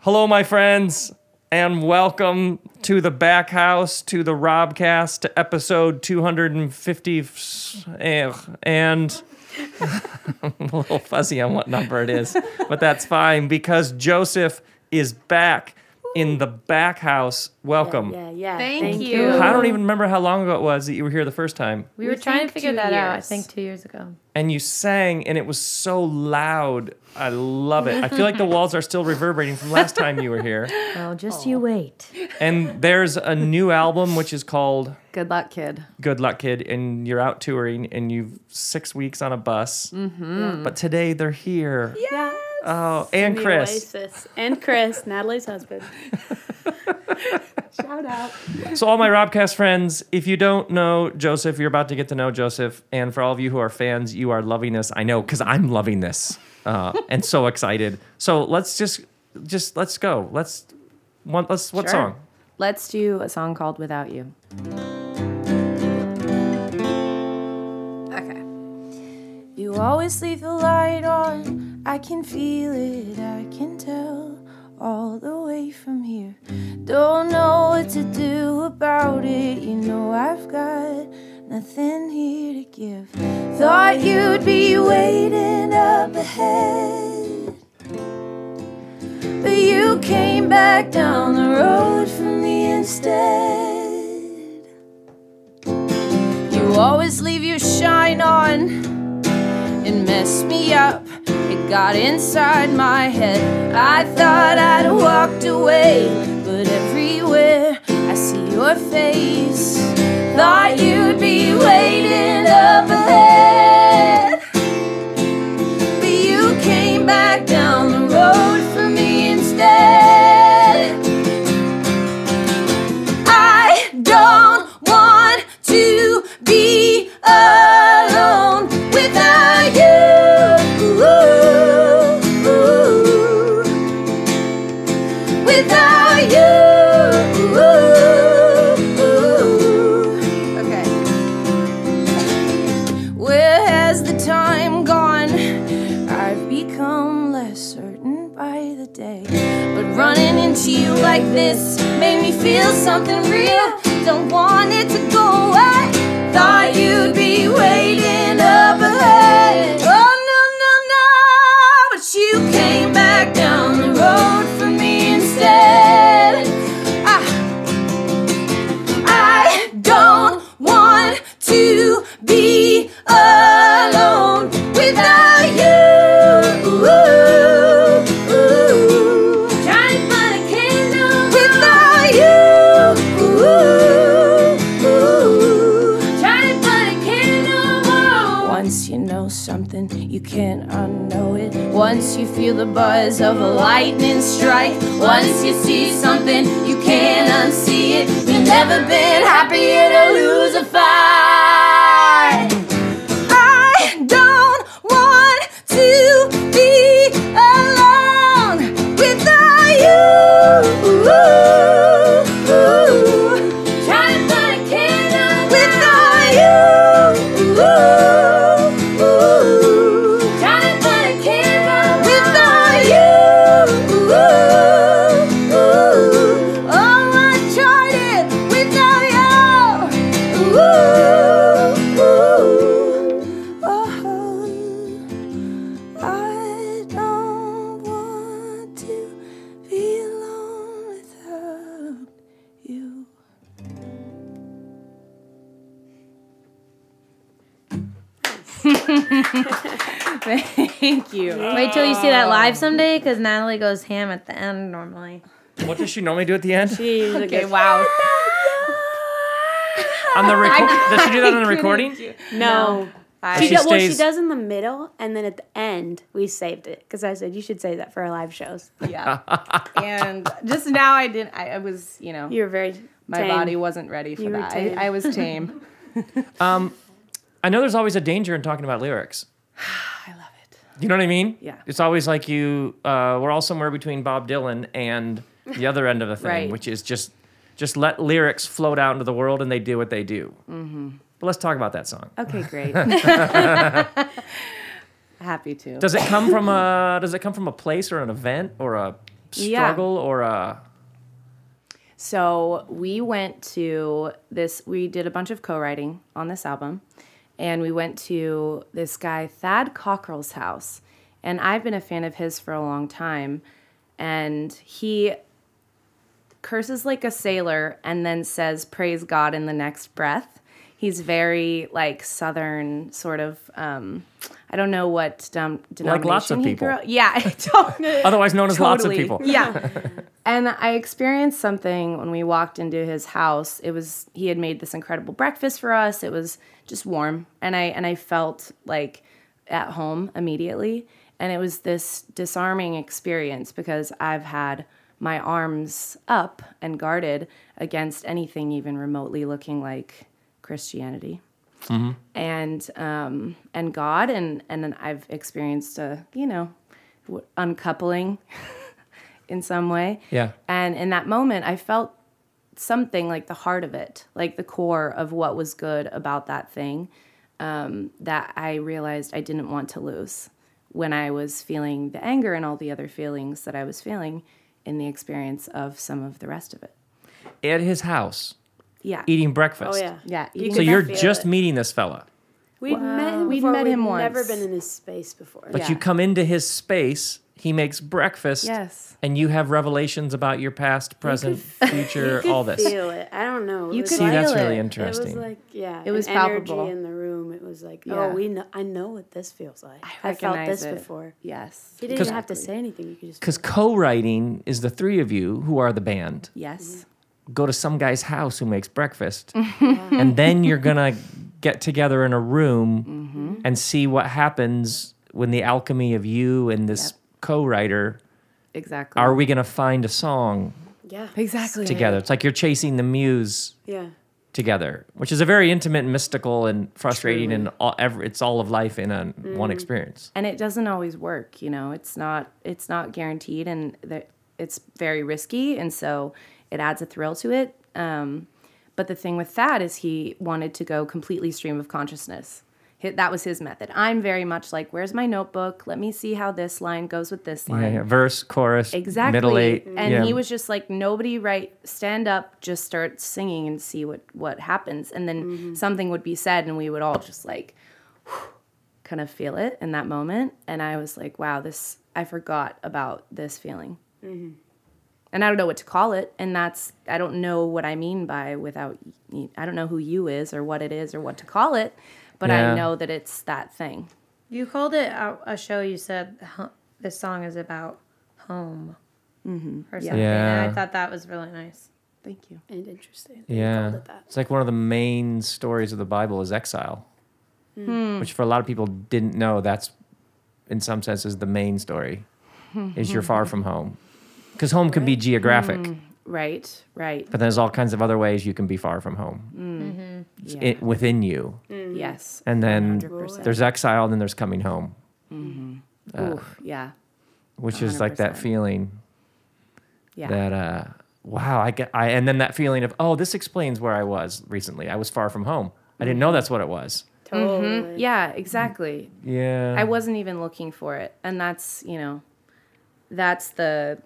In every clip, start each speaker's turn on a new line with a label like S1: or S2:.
S1: Hello, my friends, and welcome to the back house, to the Robcast, to episode 250. f- eh, And I'm a little fuzzy on what number it is, but that's fine because Joseph is back in the back house. Welcome.
S2: Yeah, yeah.
S3: Thank you.
S1: I don't even remember how long ago it was that you were here the first time.
S3: We
S2: We
S3: were trying
S2: think
S3: to figure
S2: two
S3: that out, I
S2: years.
S3: think, two years ago.
S1: and you sang and it was so loud. I love it. I feel like the walls are still reverberating from last time you were here.
S3: Well, just
S4: Oh.
S3: you wait.
S1: And there's a new album which is called
S2: Good luck, kid.
S1: Good Luck Kid and you're out touring and you've 6 weeks on a bus. Mm-hmm. But today they're here.
S2: Yeah.
S1: Oh, and Chris.
S2: Oasis. And Chris, Natalie's husband. Shout out.
S1: So all my Robcast friends, if you don't know Joseph, you're about to get to know Joseph. And for all of you who are fans, you are loving this. I know because I'm loving this uh, and so excited. So let's just just let's go. Let's one, let's what
S3: Sure.
S1: song?
S3: Let's do a song called Without You. Okay. You always leave the light on. I can feel it, I can tell. All the way from here. Don't know what to do about it. You know I've got nothing here to give. Thought you'd be waiting up ahead. But you came back down the road for me instead. You always leave your shine on and mess me up. It got inside my head. I thought I'd walked away, but everywhere I see your face. Thought you'd be waiting up ahead. But you came back down the road for me instead. I don't want to be alone without you. Without you. Okay. Where has the time gone? I've become less certain by the day. But running into you like this made me feel something real. Don't want it to go away. Thought you'd be waiting up ahead. Oh, no, no, no. But you came back down the road for me instead. Ah. I I don't want to be alone without you. Trying to find a candle without you. Trying to find a candle. Once you know something, you can't unknow it. Once you feel the buzz of a lightning strike, once you see something, you can't unsee it. You've never been happier to lose a fight. I don't want to be alone without you. Trying to find a candle without you. Trying to find a candle without you. Oh, I tried it without you. Oh. I don't want to be alone without you. Thank you.
S4: Wait till you see that live someday, because Natalie goes ham at the end normally.
S1: What does she normally do at the end?
S2: She's a good-
S3: wow.
S1: On the reco- does she do that on the recording?
S2: No.
S1: She
S2: She does, well, she
S1: stays-
S2: does in the middle, and then at the end, we saved it because I said you should save that for our live shows.
S4: Yeah. and just now I didn't, I, I was, you know,
S2: You were very
S4: my
S2: tame.
S4: body wasn't ready for
S2: You were
S4: that. I,
S2: tame.
S4: I was tame.
S1: I know there's always a danger in talking about lyrics.
S4: I love it.
S1: You know what I mean?
S4: Yeah.
S1: It's always like you. Uh, we're all somewhere between Bob Dylan and the other end of the thing,
S4: Right.
S1: which is just just let lyrics float out into the world and they do what they do. Mm-hmm. But let's talk about that song.
S4: Okay, great. Happy to.
S1: Does it come from a Does it come from a place or an event or a struggle or a
S5: So we went to this, we did a bunch of co writing on this album, and we went to this guy, Thad Cockrell's house. And I've been a fan of his for a long time. And he curses like a sailor and then says, Praise God in the next breath. He's very like southern, sort of. Um, I don't know what um, denomination
S1: lots of
S5: he
S1: people.
S5: grew up- Yeah, I don't know.
S1: otherwise known as lots of
S5: Totally.
S1: people.
S5: Yeah. and I experienced something when we walked into his house. It was he had made this incredible breakfast for us. It was just warm, and I and I felt like at home immediately. And it was this disarming experience because I've had my arms up and guarded against anything even remotely looking like Christianity and um, and God, and and then I've experienced a you know w- uncoupling in some way.
S1: Yeah.
S5: And in that moment, I felt something like the heart of it, like the core of what was good about that thing um, that I realized I didn't want to lose when I was feeling the anger and all the other feelings that I was feeling in the experience of some of the rest of it.
S1: At his house,
S5: Yeah.
S1: eating breakfast.
S2: Oh yeah.
S5: Yeah.
S2: You
S5: eating-
S2: could
S1: E- So you're
S2: feel
S1: just
S2: it.
S1: meeting this fella,
S2: We'd met him.
S5: We'd
S2: before.
S5: met him
S2: We'd Never
S5: once.
S2: been in his space before.
S1: but you
S5: Yeah.
S1: come into his space. He makes breakfast.
S5: Yes.
S1: And you have revelations about your past, present, future, all this.
S2: Feel it. I don't know. It
S5: You
S2: was
S5: could
S1: See,
S2: like,
S1: that's
S5: Feel
S1: really
S5: it. It was
S2: It was
S1: interesting.
S2: like yeah.
S5: It was
S2: an
S5: palpable.
S2: Energy in the room. It was like
S5: Yeah.
S2: oh we know I know what this feels like. I, felt
S5: recognize
S2: this
S5: it.
S2: before.
S5: Yes.
S2: You didn't even have to say anything. You could just.
S1: Because co writing is the three of you who are the band
S2: Mm-hmm.
S5: Yes.
S1: go to some guy's house who makes breakfast. and then you're going to get together in a room
S2: Mm-hmm.
S1: and see what happens when the alchemy of you and this co writer
S5: Exactly.
S1: are we going to find a song
S2: Yeah.
S5: Exactly.
S1: together? It's like you're chasing the muse
S2: Yeah.
S1: together, which is a very intimate and mystical and frustrating and all, every, it's all of life in a, one experience.
S5: and it doesn't always work you know it's not it's not guaranteed and that it's very risky and so it adds a thrill to it um, but the thing with that is he wanted to go completely stream of consciousness Hi- that was his method i'm very much like where's my notebook let me see how this line goes with this line
S1: Yeah, yeah. Verse, chorus,
S5: exactly Mm.
S1: middle eight.
S5: and
S1: yeah.
S5: he was just like nobody right stand up just start singing and see what what happens and then something would be said and we would all just like kind of feel it in that moment and i was like wow this i forgot about this feeling Mm-hmm. and i don't know what to call it and that's i don't know what i mean by without y- i don't know who you is or what it is or what to call it but
S1: Yeah.
S5: i know that it's that thing
S4: You called it a, a show. You said "Huh, this song is about home or something. And
S1: Yeah.
S4: I thought that was really nice.
S5: thank you
S2: And interesting. that you called
S1: Yeah.
S2: it that.
S1: It's like one of the main stories of the Bible is exile, which for a lot of people didn't know. That's, in some senses, the main story is you're far from home. Because home can be geographic,
S5: right right
S1: but there's all kinds of other ways you can be far from home
S5: yeah.
S1: it, within you.
S5: yes
S1: And then
S5: 100%.
S1: there's exile, and then there's coming home,
S5: Oof, yeah
S1: which is like that
S5: 100%.
S1: feeling
S5: yeah
S1: that, uh, wow, I get, I, and then that feeling of, oh, this explains where I was recently. I was far from home. I didn't know that's what it was.
S2: Totally.
S5: Yeah, exactly.
S1: Mm. Yeah.
S5: Mm-hmm. I wasn't even looking for it. And that's, you know, that's the,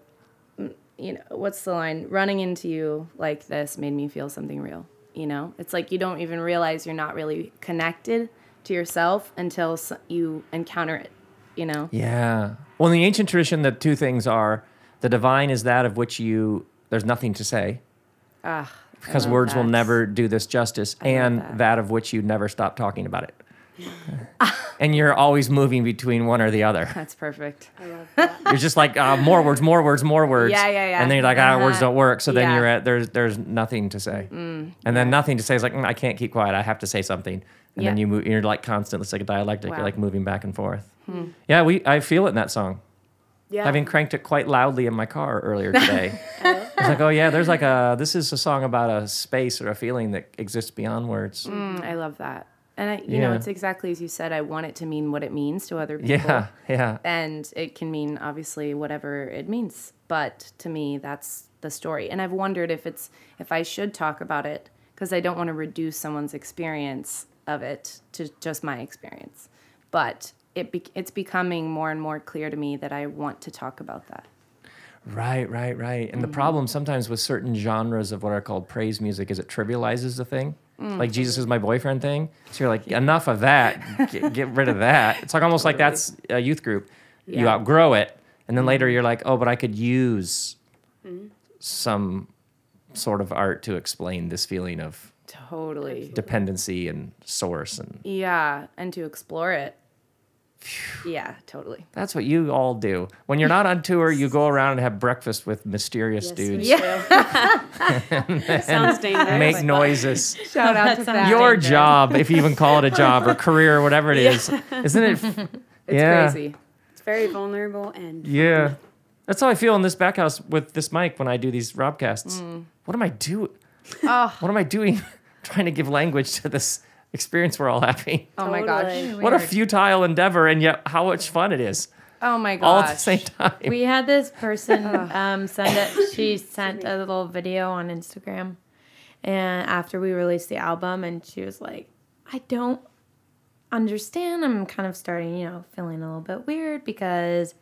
S5: mm, you know, what's the line? Running into you like this made me feel something real. You know, it's like you don't even realize you're not really connected to yourself until s- you encounter it, you know?
S1: Yeah. Well, in the ancient tradition, the two things are the divine is that of which you, there's nothing to say,
S5: Ah, I
S1: because
S5: love
S1: words will
S5: that.
S1: never do this justice, and that. of which you never stop talking about it. and you're always moving between one or the other.
S5: That's perfect.
S2: I love that.
S1: You're just like, uh, more words, more words, more words.
S5: Yeah, yeah, yeah.
S1: And then you're like, ah, words
S5: Uh-huh.
S1: don't work. So then
S5: Yeah. Mm.
S1: you're at, there's, there's nothing to say. and then nothing to say is like, mm, I can't keep quiet. I have to say something. And then
S5: Yeah.
S1: you move, you're like constant. It's like a dialectic. You're
S5: Wow. Hmm.
S1: like moving back and forth. Yeah, we, I feel it in that song
S2: Yeah.
S1: having cranked it quite loudly in my car earlier today. I was like, oh yeah, there's like a this is a song about a space or a feeling that exists beyond words.
S5: Mm, I love that. And I, you know,
S1: Yeah.
S5: it's exactly as you said. I want it to mean what it means to other people.
S1: Yeah, yeah.
S5: and it can mean obviously whatever it means but to me that's the story and i've wondered if it's if i should talk about it because i don't want to reduce someone's experience of it to just my experience but it be- it's becoming more and more clear to me that i want to talk about that
S1: Right, right, right. And the
S2: Mm-hmm.
S1: problem sometimes with certain genres of what are called praise music is it trivializes the thing.
S2: Mm.
S1: Like Jesus is my boyfriend thing. So you're like, enough of that. get, get rid of that. It's like almost like that's a youth group. You
S2: Yeah. Mm-hmm.
S1: outgrow it, and then later you're like, oh, but I could use some sort of art to explain this feeling of
S3: Totally.
S1: dependency and source and
S3: Yeah, and to explore it. Yeah, totally.
S1: that's what you all do when you're not on tour you go around and have breakfast with mysterious
S2: Yes,
S1: dudes
S2: we do. Sounds dangerous.
S1: make noises
S3: Shout out to that.
S1: your job, if you even call it a job or career or whatever it is, isn't it? f-
S3: It's
S1: yeah.
S3: crazy.
S2: It's very vulnerable and
S1: Yeah. That's how I feel in this back house with this mic when I do these Robcasts.
S3: Mm.
S1: What am I doing?
S3: Oh.
S1: What am I doing trying to give language to this experience we're all having?
S3: Oh my gosh.
S2: Totally.
S1: What a
S4: Weird.
S1: futile endeavor, and yet how much fun it is
S3: Oh my gosh.
S1: all at the same time.
S4: We had this person um, send it. She sent a little video on Instagram, and after we released the album, and she was like, "I don't understand. I'm kind of starting, you know, feeling a little bit weird because."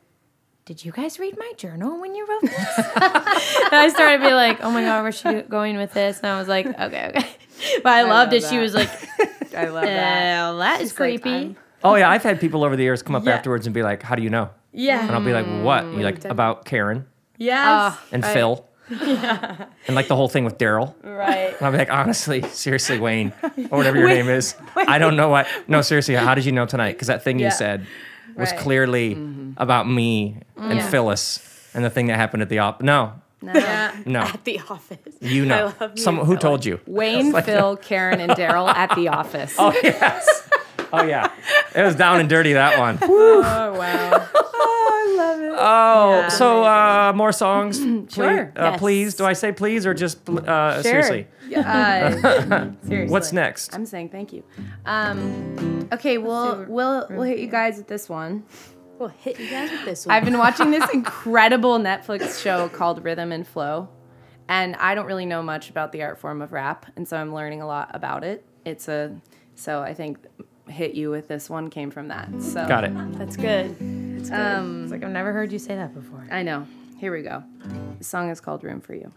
S4: Did you guys read my journal when you wrote this? and I started to be like, "Oh my god, where's she going with this?" And I was like, "Okay, okay." But I loved
S3: love
S4: it. She
S3: that.
S4: was like,
S3: I love
S4: "Uh,
S3: that.
S4: that is
S3: She's like,
S4: creepy."
S3: I'm-
S1: Oh, yeah. I've had people over the years come up
S4: Yeah.
S1: afterwards and be like, How do you know? And
S4: yeah.
S1: I'll be like, What?
S3: Mm,
S1: And you're like,
S2: done-
S1: About Karen
S4: Yes.
S3: Oh,
S1: and Phil. And like the whole thing with Daryl.
S4: right.
S1: And I'll be like, honestly, seriously, Wayne, or whatever your name is. I don't know what. No, seriously, how did you know tonight? Because that thing
S3: Yeah.
S1: you said was
S3: Right.
S1: clearly about me and
S4: Yeah.
S1: Phyllis and the thing that happened at the op. No,
S4: Yeah.
S1: no,
S2: at the office.
S1: you
S2: I
S1: know.
S2: love me
S1: Some,
S2: and
S1: who
S2: Phil.
S1: told you?
S3: Wayne, Phil, Karen, and Daryl at the office.
S1: Oh, yes. oh, yeah. It was down and dirty, that one.
S3: Oh, wow.
S1: Oh, so uh, more songs, please.
S3: Sure.
S1: Uh,
S2: Yes.
S1: Please, do I say please or just pl- uh, seriously?
S3: Uh,
S1: What's next?
S3: I'm saying thank you. Um, okay, we'll, we'll, we'll hit you guys with this one.
S2: We'll hit you guys with this one.
S3: I've been watching this incredible Netflix show called Rhythm and Flow, and I don't really know much about the art form of rap, and so I'm learning a lot about it. It's a so I think hit you with this one came from that. So
S1: Got it.
S2: That's good. That's good.
S4: It's like I've never heard you say that before.
S3: I know. Here we go. The song is called Room for You.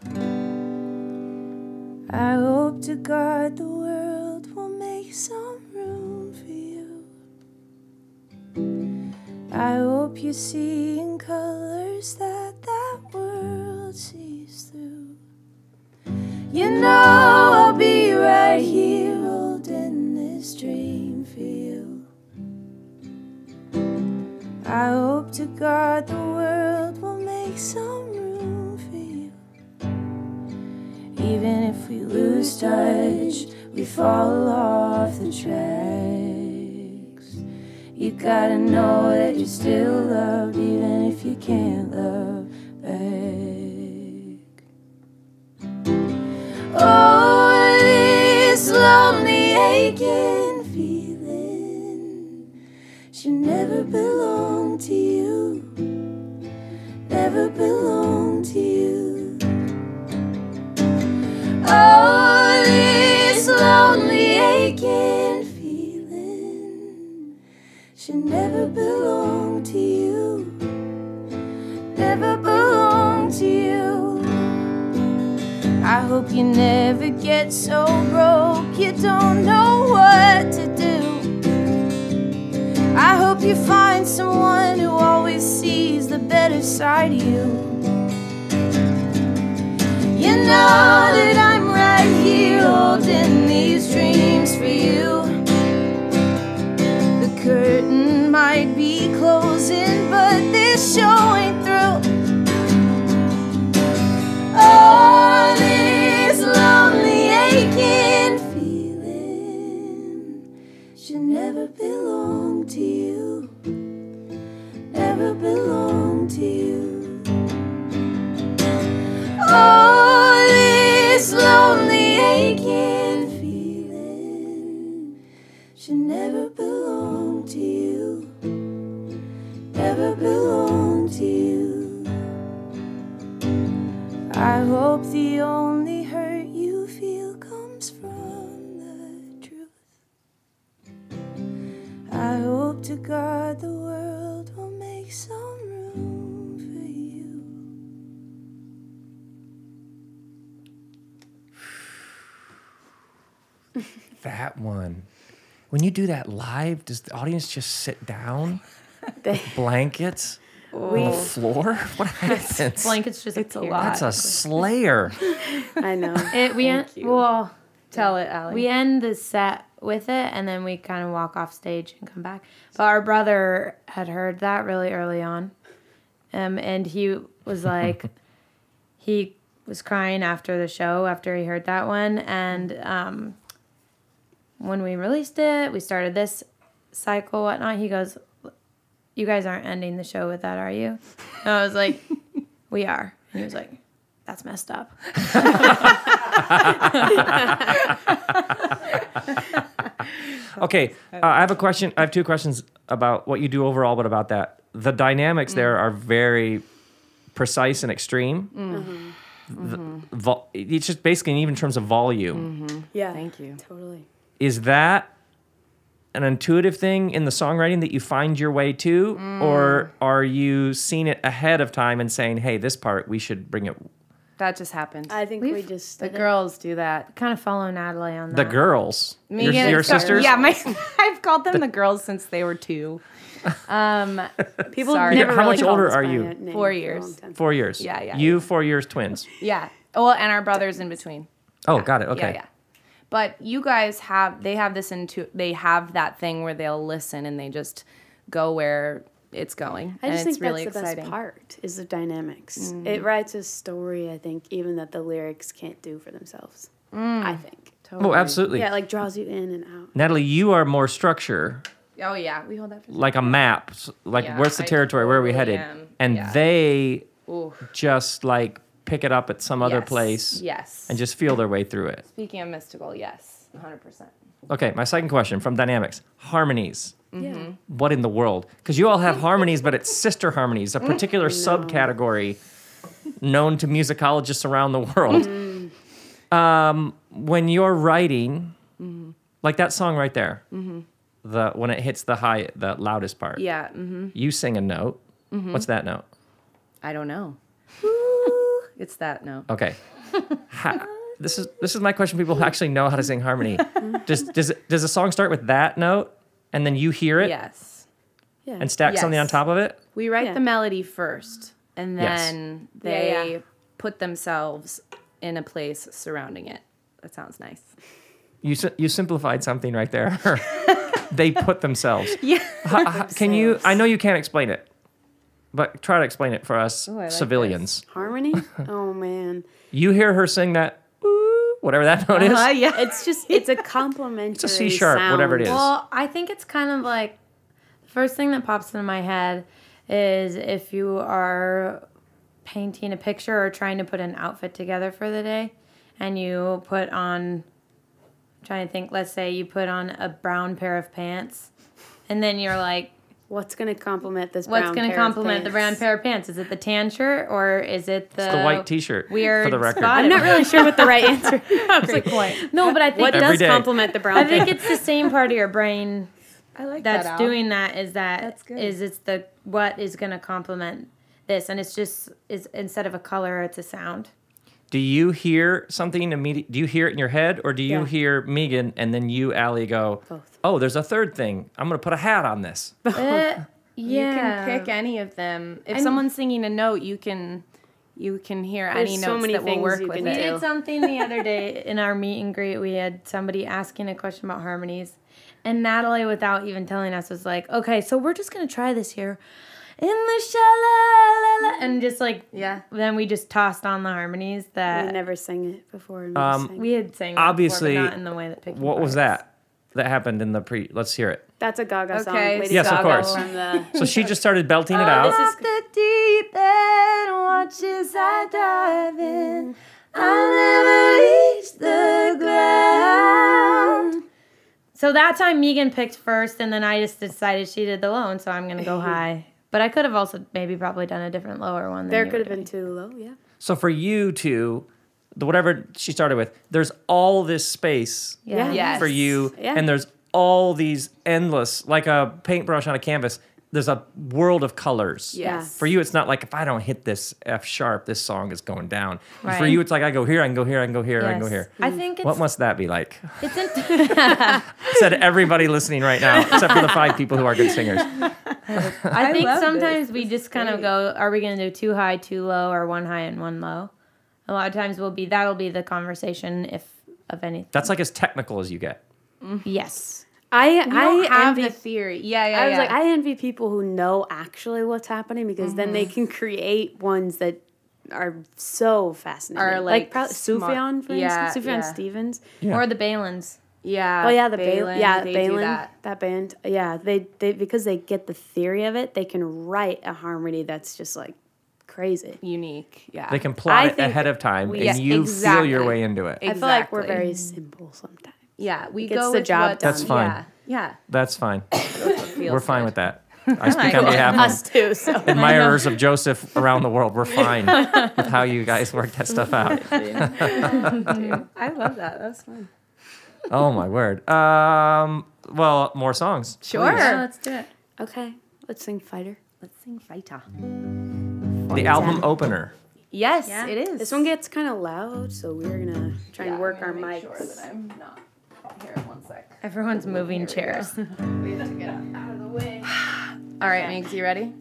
S3: I hope to God the world will make some room for you. I hope you see in colors that that world sees through. You know I'll be right here holding this dream for you. I hope to God the world will make some room for you. Even if we lose touch, we fall off the tracks. You gotta know that you're still loved, even if you can't love back. Oh, this lonely, aching feeling should never belong to you. Never belong to you. Oh, this lonely, aching feeling should never belong to you. Never belong to you. I hope you never get so broke you don't know what to do. I hope you find someone who always sees the better side of you. You know that I'm right here holding these dreams for you. The curtain might be closing, but this show ain't through. Oh, this lonely, aching feeling should never belong to you. Never belong to you. Oh, this lonely, aching feeling should never belong to you. Never belong to you. I hope the only hurt you feel comes from the truth. I hope to God the world will make some room for you.
S1: That one. When you do that live, does the audience just sit down?
S2: They-
S1: Blankets on the floor? What happens?
S4: Blankets just it's
S5: a lot.
S1: That's a slayer.
S2: I know.
S4: It, we
S5: Thank
S4: end,
S5: you.
S4: well,
S5: Tell it, Allie.
S4: we end the set with it, and then we kind of walk off stage and come back. But our brother had heard that really early on, um, and he was like, he was crying after the show after he heard that one, and um, when we released it, we started this cycle whatnot. He goes, "You guys aren't ending the show with that, are you?" And I was like, "We are." And he was like, "That's messed up."
S1: Okay, uh, I have a question. I have two questions about what you do overall, but about that. The dynamics there are very precise and extreme. The vol- it's just basically, even in terms of volume,
S2: Yeah.
S5: Thank you.
S2: Totally.
S1: is that an intuitive thing in the songwriting that you find your way to,
S5: Mm.
S1: or are you seeing it ahead of time and saying, "Hey, this part we should bring it"?
S5: That just happened.
S2: I think
S4: We've-
S2: we just
S5: the
S2: did it.
S5: girls do that.
S4: Kind of follow Natalie on
S1: The
S4: that.
S1: girls, your,
S5: and
S1: your
S5: Scott-
S1: sisters.
S5: Yeah, my I've called them the girls since they were two. Um,
S2: People
S5: Sorry.
S2: never
S1: How
S2: really
S1: much
S2: called
S1: older
S2: us
S1: are
S2: by
S1: you?
S2: that name
S5: Four
S2: for a
S5: years.
S2: long time.
S1: Four years.
S5: Yeah, yeah,
S1: You four years twins.
S5: yeah. Well, and our brothers in between.
S1: Oh, got it. Okay.
S5: Yeah, yeah. But you guys have they have this into they have that thing where they'll listen and they just go where it's going.
S2: I just
S5: and it's
S2: think
S5: really
S2: that's the
S5: exciting.
S2: best part is the dynamics. It writes a story, I think, even that the lyrics can't do for themselves. I think.
S1: Oh, absolutely.
S2: Yeah, it, like draws you in and out.
S1: Natalie, you are more structure.
S5: Oh yeah, we hold that for
S1: like a map. s- Like
S5: Yeah,
S1: where's the
S5: I
S1: territory? Where are we
S5: totally
S1: headed?
S5: am.
S1: And
S5: Yeah.
S1: they
S5: Ooh.
S1: just like pick it up at some other
S5: Yes.
S1: place
S5: Yes.
S1: and just feel their way through it.
S5: speaking of mystical, yes, 100%.
S1: Okay, my second question from dynamics harmonies.
S2: Yeah.
S1: What in the world? Because you all have harmonies, but it's sister harmonies, a
S5: Mm,
S1: particular subcategory known to musicologists around the world.
S5: Mm.
S1: Um, when you're writing,
S5: Mm-hmm.
S1: like that song right there, the when it hits the high, the loudest part.
S5: Yeah, Mm-hmm. mhm.
S1: You sing a note. What's that note?
S5: I don't know. it's that note.
S1: Okay. Ha- this is this is my question. People who actually know how to sing harmony. Does does it- does a song start with that note and then you hear it
S5: Yes.
S2: Yeah.
S1: and stack something on
S5: Yes.
S1: top of it?
S5: We write
S2: Yeah.
S5: the melody first and
S1: Yes.
S5: then they
S2: yeah.
S5: put themselves in a place surrounding it. That sounds nice.
S1: You si- you simplified something right there. they put themselves.
S5: Yeah.
S1: Ha- ha- can you? I know you can't explain it, but try to explain it for us
S5: I like this.
S1: civilians.
S2: Harmony? oh man.
S1: You hear her sing that, ooh, whatever that note is.
S5: Uh, yeah.
S2: It's just it's a complimentary
S1: It's a C sharp,
S2: sound.
S1: whatever it is.
S4: Well, I think it's kind of like the first thing that pops into my head is if you are painting a picture or trying to put an outfit together for the day and you put on I'm trying to think, let's say you put on a brown pair of pants and then you're like
S2: What's gonna compliment this
S4: what's
S2: brown
S4: going to
S2: pair of
S4: compliment the brown
S2: pants?
S4: pair of pants? Is it the tan shirt or is it the
S1: the white T-shirt.
S4: Weird
S1: for the record.
S4: Uh-huh. spot.
S2: I'm not really sure what the right answer is.
S4: No, but I think
S2: What
S1: Every
S2: does
S1: day.
S2: compliment the brown
S4: I think
S2: pair?
S4: it's the same part of your brain
S5: I like
S4: that's
S5: that. Al.
S4: doing that is that
S5: That's good.
S4: is it's the what is going to complement this and it's just is instead of a color it's a sound
S1: Do you hear something immediate? Do you hear it in your head, or do you
S2: Yeah.
S1: hear Megan and then you, Allie, go?
S2: Both.
S1: Oh, there's a third thing. I'm gonna put a hat on this.
S4: yeah
S5: You can pick any of them. If
S4: And-
S5: someone's singing a note, you can you can hear any
S2: There's
S5: notes
S2: so many
S5: that will
S2: things
S5: work
S2: you
S5: with
S2: can
S5: it.
S4: we
S2: do.
S4: did something the other day in our meet and greet we had somebody asking a question about harmonies and natalie without even telling us was like okay so we're just going to try this here in the shalala and just like
S5: Yeah.
S4: then we just tossed on the harmonies
S2: I
S4: that
S2: never sang it before. and we
S1: Um,
S2: sang.
S4: we had sang
S1: Obviously,
S4: before, but not in the way that picking
S1: What was
S4: parts.
S1: that? That happened in the pre. Let's hear it.
S2: That's a Gaga song.
S5: Okay,
S2: Lady
S1: Yes, of
S2: Gaga
S1: course.
S2: From the,
S1: So she just started belting it out.
S4: Off the deep end, watch as I dive in. I'll never reach the ground. So that time Megan picked first, and then I just decided she did the low, and so I'm gonna go high. But I could have also maybe probably done a different lower one. than
S2: there
S4: you
S2: could
S4: were
S2: have been two low, yeah.
S1: So for you two, the whatever she started with, there's all this space
S4: doing. Yeah.
S2: Yeah.
S5: Yes.
S1: for you,
S2: Yeah.
S1: and there's all these endless, like a paintbrush on a canvas, there's a world of colors.
S2: Yes.
S1: For you, it's not like if I don't hit this F sharp, this song is going down. And For
S4: Right.
S1: you, it's like I go here, I can go here, I can go here, I can go here.
S4: I think it's
S1: What must that be like?
S4: it's in-
S1: Said everybody listening right now, except for the five people who are good singers.
S4: I, think
S5: love
S4: sometimes we just kind of go, are we going to do too high, too low, or one high and one low? A lot of times we'll be that'll be the conversation if of anything.
S1: That's like as technical as you get.
S4: yes,
S2: I
S5: I
S2: I
S5: have
S2: envy
S5: the theory. Yeah, yeah.
S2: I was
S5: yeah.
S2: like, I envy people who know actually what's happening because then
S5: Mm-hmm.
S2: they can create ones that are so fascinating.
S5: Are, like,
S2: pro-
S5: smart-
S2: Sufjan, for
S5: Yeah,
S2: instance, Sufjan
S5: yeah.
S2: Stevens.
S1: Yeah.
S4: or the Balins.
S5: yeah.
S2: Oh yeah, the
S5: Balin,
S2: Balin, yeah,
S5: they do
S2: Balin,
S5: that.
S2: that. band, yeah, they they because they get the theory of it, they can write a harmony that's just like crazy.
S5: Unique. Yeah.
S1: They can plot
S2: I
S1: it
S2: think
S1: ahead of time,
S5: we-
S1: and
S5: Yes,
S1: you feel
S5: exactly.
S1: your way into it.
S2: I feel like we're
S5: Exactly.
S2: very simple sometimes.
S5: Yeah, we
S2: gets
S5: go
S2: the
S5: with
S2: job
S5: what-
S2: done.
S1: That's fine.
S5: Yeah,
S1: That's fine.
S5: yeah.
S1: We're fine with that. I speak on behalf
S2: Us too. So
S1: of admirers of Joseph around the world. We're fine with how you guys work that stuff out.
S5: I love that. That's fun.
S1: Oh my word. Um. Well, more songs.
S5: Sure.
S4: Yeah, let's do it.
S2: okay, let's sing Fighter.
S5: Let's sing Fighter.
S1: The album opener.
S5: Yes,
S4: Yeah.
S5: it is.
S2: This one gets kind of loud, so we're gonna try and work our mics.
S5: I'm not here. One sec.
S4: Everyone's moving chairs.
S5: All right, Meeks, you ready?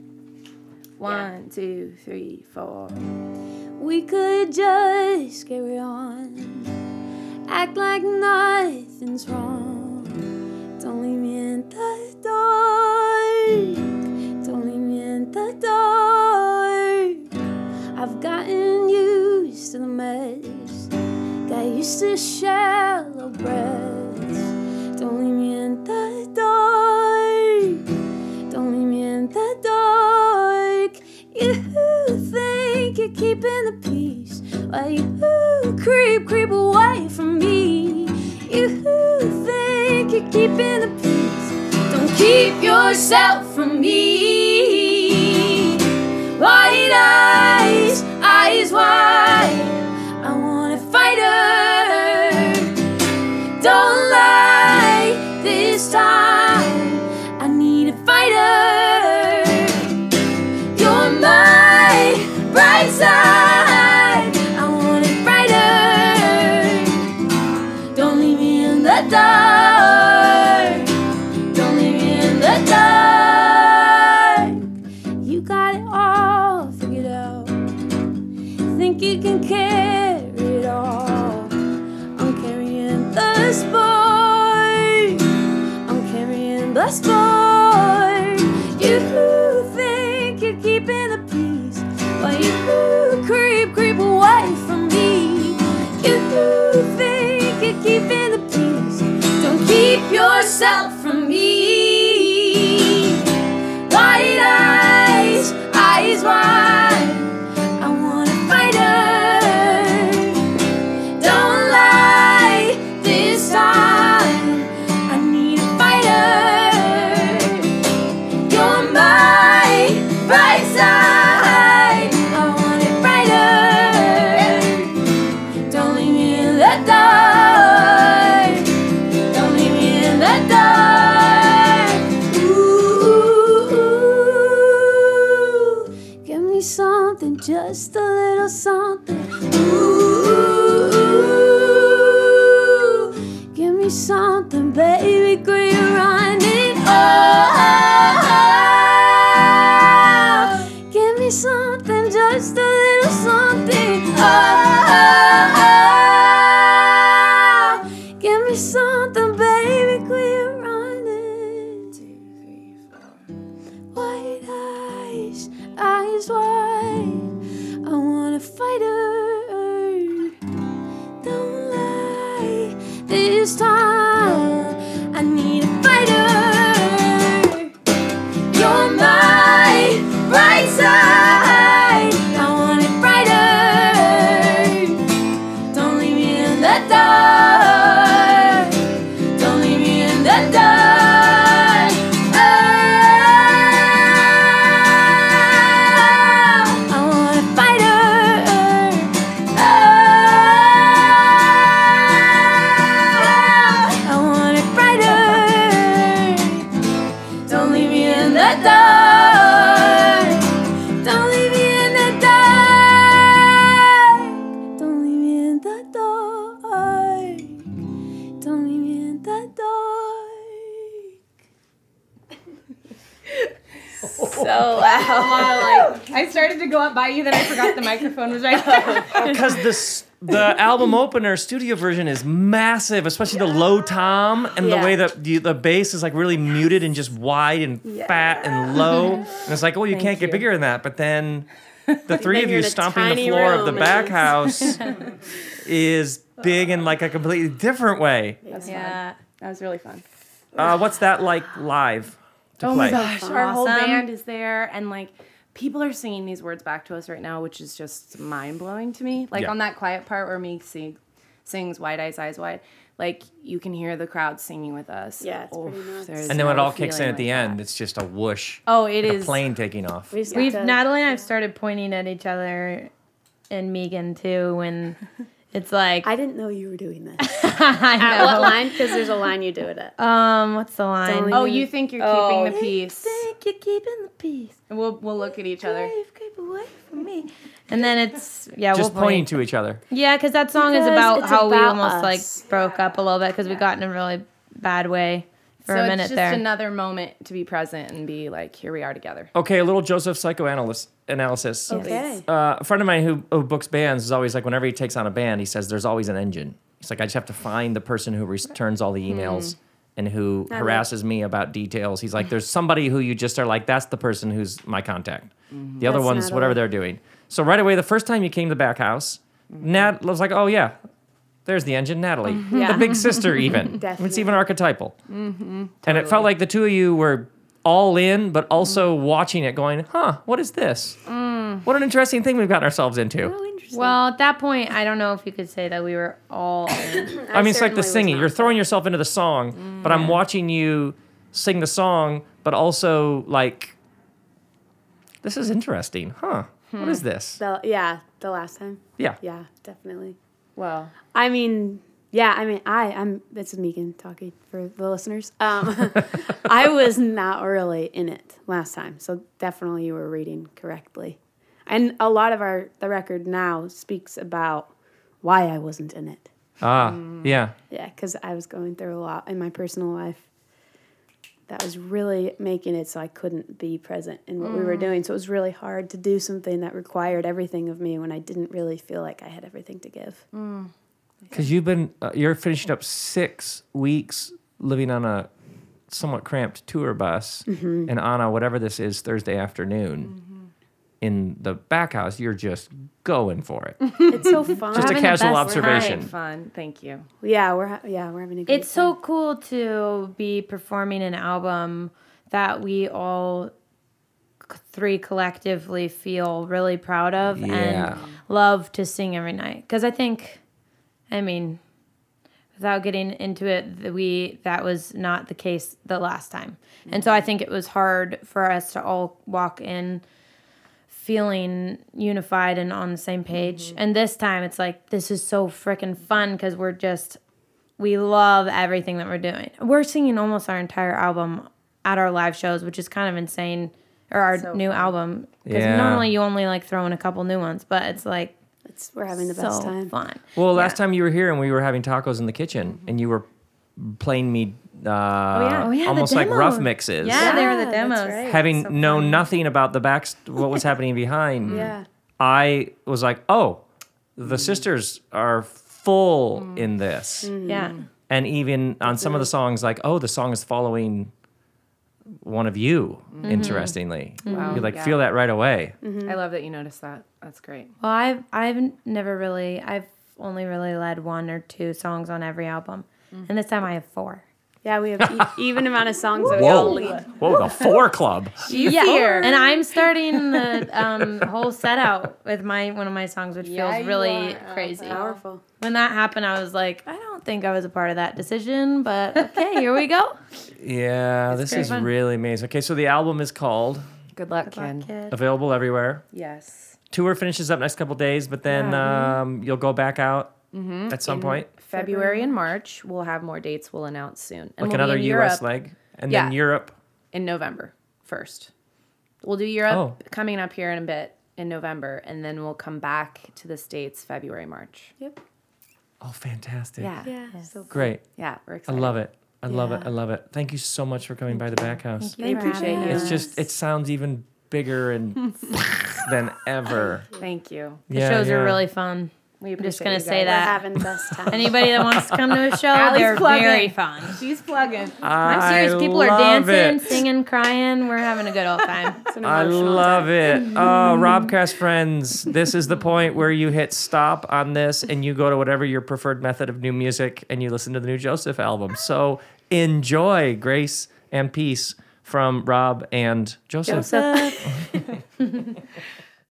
S5: One, two, three, four.
S3: We could just carry on, act like nothing's wrong. Don't leave me in the dark. Don't leave me in the dark. I've gotten used to the mess, got used to shallow breaths. Don't leave me in the dark. Don't leave me in the dark. You think you're keeping the peace while you creep, creep away from me. You think you're keeping the peace. Don't keep yourself from me. Wide eyes, eyes wide. I want a fighter. Don't lie this time. I need a fighter. You're my bright side. I want it brighter. Don't leave me in the dark. Don't leave me in the dark. You got it all figured out. Think you can carry it all. I'm carrying the sport. I'm carrying the sport. You think you're keeping the peace, but you creep, creep away from me. You think you're keeping the peace. Don't keep yourself from me. Wide eyes, eyes wide. I want a fighter. Don't lie this time. I need a fighter. You're my bright side. I want it brighter. Don't leave me in the dark. Don't leave me in the dark. Ooh, give me something, just a little something. Ooh, give me something, baby, girl, you're running. Oh, give me something, just a little something. Oh, give me something, baby, girl, you're running. White eyes, eyes wide. I want a fighter. Don't lie this time. I need a fighter.
S4: so loud. like, I started to go up by you, then I forgot the microphone was right there.
S1: because this the album opener studio version is massive, especially the low tom and
S2: Yeah.
S1: the way that the, the bass is like really muted and just wide and fat and low. and it's like, oh, you can't get
S4: you.
S1: bigger than that. But then the three
S2: Then
S1: of
S2: you're
S1: you
S2: in a
S1: stomping the
S2: tiny
S1: floor of
S2: room
S1: the
S2: and
S1: back
S2: it's-
S1: house is big in like a completely different way.
S4: Yeah.
S5: That was really fun.
S1: Uh, what's that like live to
S5: Oh
S1: play?
S5: my gosh, our whole
S4: Awesome.
S5: band is there, and like people are singing these words back to us right now, which is just mind blowing to me. Like
S1: Yeah.
S5: on that quiet part where me sing, sings "Wide Eyes, Eyes Wide," like you can hear the crowd singing with us.
S2: Yeah, it's pretty nuts.
S5: there's
S1: And then when it
S5: no
S1: all kicks in
S5: feeling
S1: at the
S5: like
S1: end,
S5: that.
S1: it's just a whoosh.
S4: Oh, it
S1: and
S4: is-
S1: a plane taking off.
S2: We just
S4: We've
S2: got to-
S4: Natalie and I've started pointing at each other and Megan too when it's like
S2: I didn't know you were doing this.
S4: I
S2: At
S4: know.
S2: what line? Because there's a line you do it at.
S4: Um, what's the line?
S2: only-
S5: Oh, you think you're
S4: Oh.
S5: keeping the peace?
S4: think you're keeping the peace.
S5: And We'll we'll look at each other.
S4: Creep, creep away from me. And then it's yeah,
S1: Just
S4: we'll
S1: pointing
S4: point.
S1: to each other.
S4: Yeah, because that song is
S2: Because
S4: about
S2: it's
S4: how we
S2: about
S4: almost
S2: us.
S4: like broke up a little bit because we got in a really bad way for
S5: so
S4: a
S5: it's
S4: minute
S5: just
S4: there.
S5: another moment to be present and be like, here we are together.
S1: Okay, a little Joseph psychoanalysis analysis.
S2: Okay.
S1: Uh, a friend of mine who, who books bands is always like, whenever he takes on a band, he says there's always an engine. He's like, I just have to find the person who returns all the
S2: Hmm.
S1: emails and who harasses me about details. He's like, there's somebody who you just are like, that's the person who's my contact. The other
S2: Mm-hmm. That's
S1: one's
S2: Natalie.
S1: whatever they're doing. So right away, the first time you came to the back house,
S2: Mm-hmm.
S1: Nat was like, oh yeah, there's the engine, Natalie,
S2: Yeah.
S1: the big sister, even. It's
S2: Definitely.
S1: even archetypal. And it felt like the two of you were all in, but also watching it, going, huh, what is this? What an interesting thing we've gotten ourselves into.
S2: Oh,
S4: well, at that point, I don't know if you could say that we were all. In.
S1: I, mean, it's like
S2: certainly
S1: the
S2: was
S1: singing.
S2: not.
S1: You're throwing yourself into the song, but I'm watching you sing the song, but also like, this is interesting, huh? What is this?
S2: The, yeah, the last time.
S1: Yeah.
S2: Yeah, definitely.
S5: Well,
S2: I mean, yeah, I mean, I, I'm, it's Megan talking for the listeners. Um, I was not really in it last time, so definitely you were reading correctly. And a lot of our, the record now speaks about why I wasn't in it.
S1: Ah, yeah.
S2: Yeah, because I was going through a lot in my personal life that was really making it so I couldn't be present in what we were doing. So it was really hard to do something that required everything of me when I didn't really feel like I had everything to give.
S1: Because you've been, uh, you're finishing up six weeks living on a somewhat cramped tour bus,
S4: Mm-hmm.
S1: and on a whatever this is Thursday afternoon in the back house, you're just going for it.
S2: It's so fun.
S1: just a
S4: having the
S1: casual
S4: best
S1: observation.
S5: fun. Thank you.
S2: Yeah, we're ha- yeah we're having a good.
S4: It's so cool to be performing an album that we all c- three collectively feel really proud of
S1: Yeah.
S4: and love to sing every night. Because I think, I mean, without getting into it, th- we that was not the case the last time, and so I think it was hard for us to all walk in feeling unified and on the same page.
S2: Mm-hmm.
S4: And this time, it's like this is so freaking fun because we're just we love everything that we're doing. We're singing almost our entire album at our live shows, which is kind of insane. Or our new album because
S1: Yeah.
S4: normally you only like throw in a couple new ones, but it's like
S2: It's we're having the
S4: so
S2: best time.
S4: fun.
S1: Well, last time you were here and we were having tacos in the kitchen, and you were playing me uh,
S4: Mm-hmm. Oh, yeah, the
S1: almost like rough
S4: demo.
S1: mixes.
S4: Yeah, they were
S2: Yeah,
S4: the
S2: that's
S4: demos.
S2: right.
S1: Having known nothing about the back, what was happening behind,
S2: Yeah.
S1: I was like, oh, the sisters are full in this.
S2: Mm-hmm.
S4: Yeah.
S1: and even on some of the songs like oh the song is following one of you interestingly
S5: Wow,
S1: you like
S5: yeah. Mm-hmm.
S1: feel that right away
S5: I love that you noticed that. That's great.
S4: Well, I've I've never really I've only really led one or two songs on every album,
S2: Mm-hmm.
S4: and this time I have four.
S2: Yeah, we have e- even amount of songs that we all lead.
S1: whoa the four club
S4: yeah, and I'm starting the um, whole set out with my one of my songs, which feels really crazy.
S2: Powerful.
S4: When that happened, I was like, I don't think I was a part of that decision, but okay, here we go.
S1: yeah this
S4: great
S1: is
S4: fun.
S1: really amazing okay so the album is called
S5: Good luck, Ken.
S4: Kid.
S1: available everywhere
S5: Yes.
S1: tour finishes up next couple days but then um, you'll go back out at some point
S5: February and March. We'll have more dates. We'll announce soon. And
S1: like
S5: we'll be
S1: another
S5: in
S1: us
S5: Europe
S1: leg and then
S5: Yeah.
S1: europe
S5: in November first. We'll do Europe
S1: Oh.
S5: coming up here in a bit in November, and then we'll come back to the states February, March.
S1: oh fantastic
S5: Yeah, yeah,
S2: Yeah. So
S1: great
S5: we're
S1: i
S5: excited.
S1: love it i love it i love it thank you so much for coming by the back house
S4: Thank you for
S5: appreciate
S4: having
S5: you.
S4: us.
S1: It's just it sounds even bigger and than ever.
S5: Thank you.
S4: The
S1: Yeah,
S4: shows
S1: yeah.
S4: are really fun.
S5: We
S4: I'm just
S5: appreciate
S4: gonna
S5: you
S4: say
S5: guys.
S2: We're
S4: that.
S2: having the best time.
S4: Anybody that wants to come to a show, they're
S5: plugging.
S4: very fun.
S5: She's plugging.
S4: I'm serious.
S1: I
S4: People are
S1: love
S4: dancing,
S1: it.
S4: singing, crying. We're having a good old time.
S2: It's an
S1: I
S2: emotional
S1: love it. Oh, Robcast friends, this is the point where you hit stop on this and you go to whatever your preferred method of new music and you listen to the new Joseph album. So enjoy Grace and Peace from Rob and Joseph.
S2: Joseph.